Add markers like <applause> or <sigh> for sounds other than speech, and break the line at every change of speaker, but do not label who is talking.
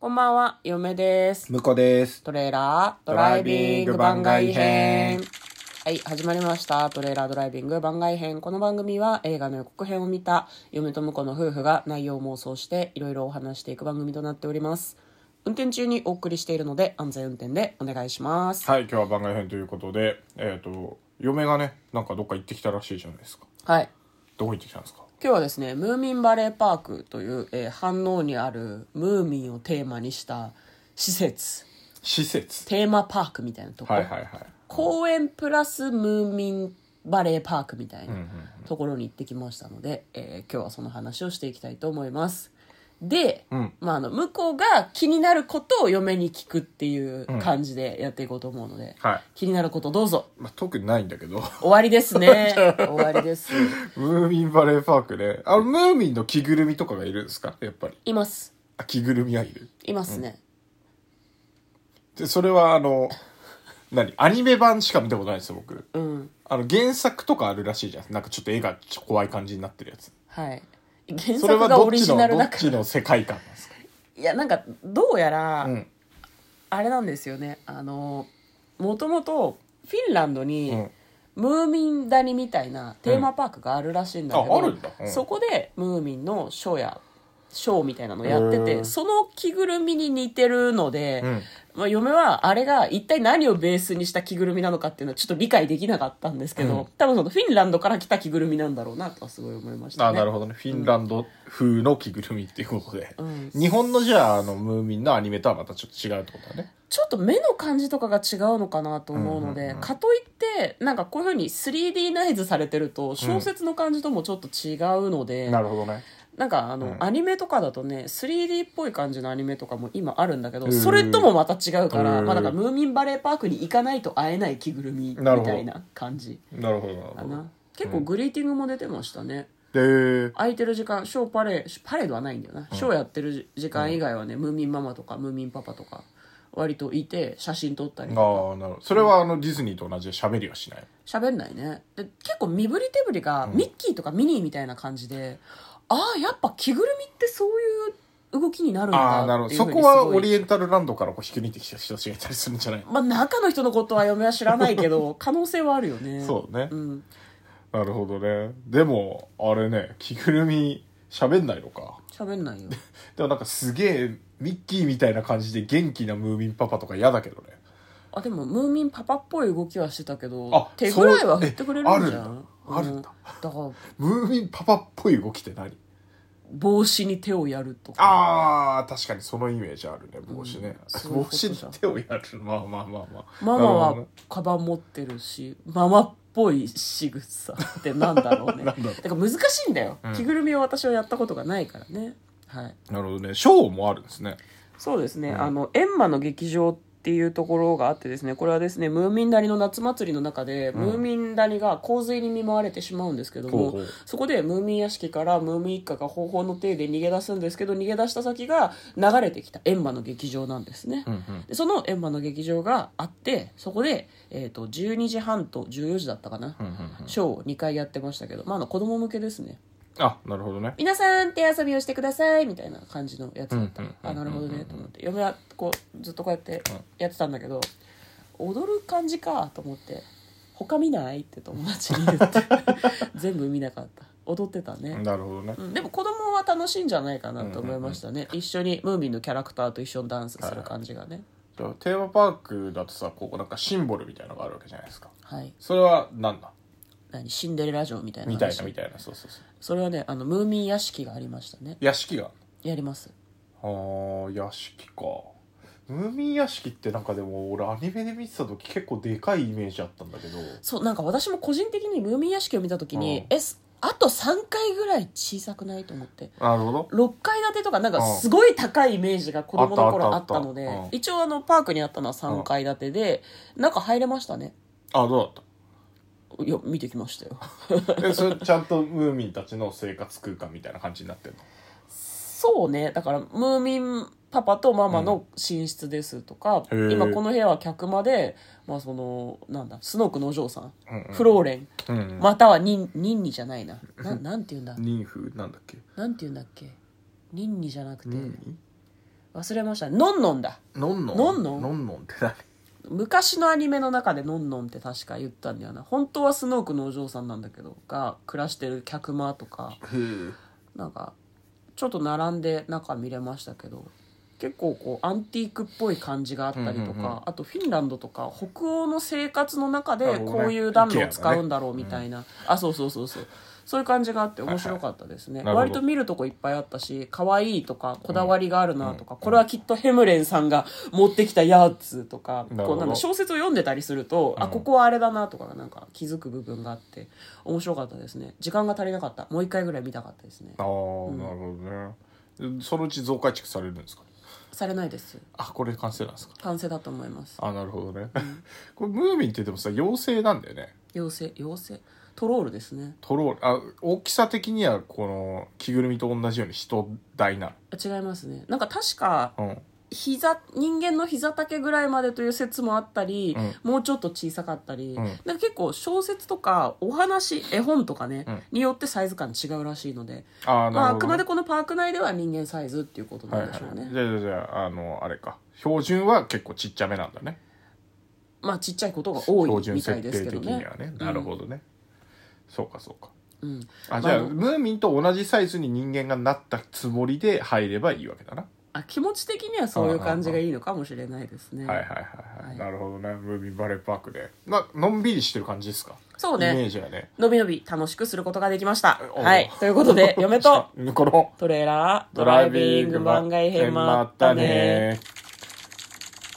こんばんは、嫁です。
向こうです。
トレーラード
ド
ラ
ラ
イ
イ
ビ
ビ
ン
ン
グ
グ
番
番
外
外
編
編。
はい、始まりました。トレーラードライビング番外編。この番組は映画の予告編を見た嫁と婿の夫婦が内容を妄想していろいろお話していく番組となっております。運転中にお送りしているので安全運転でお願いします。
はい、今日は番外編ということで、えっ、と、嫁がね、なんかどっか行ってきたらしいじゃないですか。
はい。
どこ行ってきたんですか
今日はですね、ムーミンバレーパークという、えー、反応にあるムーミンをテーマにした施設、
施設。
テーマパークみたいなとこ
はいはいはい。
公園プラスムーミンバレーパークみたいなところに行ってきましたので、えー今日はその話をしていきたいと思いますで、まあ、あの向こうが気になることを嫁に聞くっていう感じでやっていこうと思うので、
はい
気になることどうぞ
まあ、特にないんだけど、
終わりですね終わりです
<laughs> ムーミンバレーパークで、あの、ムーミンの着ぐるみとかがいるんですかやっぱり。
<laughs> います
あ、着ぐるみはいる。
いますね、
で、それはあの、何アニメ版しか見たことないですよ、僕。
うん
あの、原作とかあるらしいじゃん。なんかちょっと絵がちょ怖い感じになってるやつ。
はい原
それ
作
は
が
ど
オ
っ
リ
ち
ジナ
の、
ル
ど
だ
っ
から
ちの世界観なんですか
いやなんかどうやら、
うん。
あれなんですよねあのもともとフィンランドに、
うん
ムーミン谷みたいなテーマパークがあるらしいんだけど、
うんああるんだうん
そこでムーミンのショーやショーみたいなのやって
へ
て
ー
その着ぐるみに似てるので、
うん
まあ、嫁はあれが一体何をベースにした着ぐるみなのかっていうのはちょっと理解できなかったんですけど、
うん
多分そのフィンランドから来た着ぐるみなんだろうなとはすごい思いました
あ
ね。
なるほどねフィンランド風の着ぐるみっていうことで、
うん
日本のじゃああのムーミンのアニメとはまたちょっと違うってことだね
ちょっと目の感じとかが違うのかなと思うので、
うんうんうん
かといってなんかこういうふうに 3D ナイズされてると小説の感じともちょっと違うので、
なるほどね
なんかあの、
うん
アニメとかだとね 3D っぽい感じのアニメとかも今あるんだけど
うん
それともまた違うから、
うん
まあ、なんかムーミンバレーパークに行かないと会えない着ぐるみみ
なるほど
たいな感じ
なるほどなる
か
ほ
な
ど
結構グリーティングも出てましたね、
で
空いてる時間ショーパレーパレードはないんだよな、ショーやってる時間以外はね、ムーミンママとかムーミンパパとか割といて写真撮ったり
ああなるほどそれはあのディズニーと同じで喋りはしない
喋んないねで結構身振り手振りがミッキーとかミニーみたいな感じで、ああやっぱ着ぐるみってそういう動きになるん
あ
だ
あなる
っ
ほ
て
ど
いうふ
そう
に
こは
すごい
オリエンタルランドからこう引き抜いてきた人たちがいたりするんじゃないの
まあ中の人のことは嫁は知らないけ
<laughs>
ど可能性はあるよね
そうね、
ん
なるほどねでもあれね着ぐるみ喋んないのか
喋んないよ
でもなんかすげえミッキーみたいな感じで元気なムーミンパパとか嫌だけどね
あでもムーミンパパっぽい動きはしてたけど
あ
手ぐらいは
そう
振ってくれるんじゃん
えある
う
んだ
んだから
ムーミンパパっぽい動きって何
帽子に手をやるとか
ああ確かにそのイメージあるね帽子ね、
そういう
帽
こと
子
じゃん
に手をやるまあまあまあまあ
ママ
な
は
る
カバン持ってるしママっぽい仕草ってなんだろうね
<laughs> なんだろう
から難しいんだよ、着ぐるみを私はやったことがないからねはい
ほどねなるほどねショーもあるんですね
そうですね、あのエンマの劇場っていうところがあってですねこれはですねムーミン谷の夏祭りの中で、ムーミン谷が洪水に見舞われてしまうんですけども
ほうほう
そこでムーミン屋敷からムーミン一家が方法の手で逃げ出すんですけど逃げ出した先が流れてきたエンマの劇場なんですね、でそのエンマの劇場があってそこで、えー、と12時半と14時だったかな、ショーを2回やってましたけど、まあ、あの子供向けですね
あなるほどね
皆さん手遊びをしてくださいみたいな感じのやつだった、
うんうんうん
あなるほどねと思って嫁はこうずっとこうやってやってたんだけど踊る感じかと思って他見ないって友達に言って
<laughs>
全部見なかった踊ってたね、
なるほどね、
うん、でも子供は楽しいんじゃないかなと思いましたね、一緒にムーミンのキャラクターと一緒にダンスする感じがね
じゃあテーマパークだとさこうなんかシンボルみたいのがあるわけじゃないですか
はい
それは何だ
何シンデレラ城みたいな
み
話
たいなみたいなそうそうそう
それはねあのムーミン屋敷がありましたね
屋敷が
やります
あー屋敷かムーミン屋敷ってなんかでも俺アニメで見てた時結構でかいイメージあったんだけど
そうなんか私も個人的にムーミン屋敷を見た時に、
う
えすあと3回ぐらい小さくないと思って
なるほど
6階建てとかなんか
うん
すごい高いイメージが子供の頃あ
あ
っ
ったたあったあった
ので
うん
一応あのパークにあったのは3階建てで中入れましたね
あどうだった
いや見てきましたよ
えそれちゃんとムーミンたちの生活空間みたいな感じになってるの
そうねだからムーミンパパとママの寝室ですとか、
うんへえ
今この部屋は客間で、まあ、そのなんだスノークのお嬢さん、
うんうん
フローレン
うん、
またはニンニンニじゃないなななんて言うんだ
妊婦なんだっけ
なんて言うんだっけニンニじゃなくて、
妊
忘れましたのんのんだ
のんのん
のんのん
のんのんって何
昔のアニメの中でのんのんって確か言ったんだよな本当はスノークのお嬢さんなんだけどが暮らしてる客間とか
へ
なんかちょっと並んで中見れましたけど結構こうアンティークっぽい感じがあったりとか、
うんうんうん
あとフィンランドとか北欧の生活の中
な
で
るほどね
こういう暖炉
IKEA
を
だね
使うんだろうみたいな、あそうそうそうそうそういう感じがあって面白かったですね、
はいはいな
割
るほど
と見るとこいっぱいあったし可愛いとかこだわりがあるなとか、これはきっとヘムレンさんが持ってきたやつとか
なるほど
こうなんだ小説を読んでたりすると、あここはあれだなとかなんか気づく部分があって面白かったですね時間が足りなかったもう一回ぐらい見たかったですね
ああ、なるほどねでそのうち増改築されるんですか
されないです
あこれ完成なんですか
完成だと思います
あなるほどね <laughs> これムーミンってでもさ妖精なんだよね
妖精妖精トロールですね
トロールあ大きさ的にはこの着ぐるみと同じように人大な
あ違いますねなんか確か
のうん
膝人間の膝丈ぐらいまでという説もあったり、もうちょっと小さかったり、
う
な
ん
んか結構小説とかお話絵本とかね、
うん
によってサイズ感違うらしいので、
ああ
まあ、
な
あ
るほ
く
ど、
までこのパーク内では人間サイズっていうこと
はい
な
は
ん
い
でしょうね、
じゃあじゃあじゃああのあれか標準は結構ちっちゃめなんだね
まあちっちゃいことが多
標
い
準
みた
設
い
定
ですけ
的
ど
に
ね
はねなるほどね、そうかそうか
うん
あじゃあ
あの
ムーミンと同じサイズに人間がなったつもりで入ればいいわけだな、
あ気持ち的にはそういう感じがいいのかもしれないですね、
はいはいはい、は、
はいい
なるほどねムーミンバレーパークでなのんびりしてる感じですか
そう
イメ
ね
ージはね
のびのび楽しくすることができました
おう
はいということで嫁と
<laughs> この
トレーラードライビング番外編もあったね
ー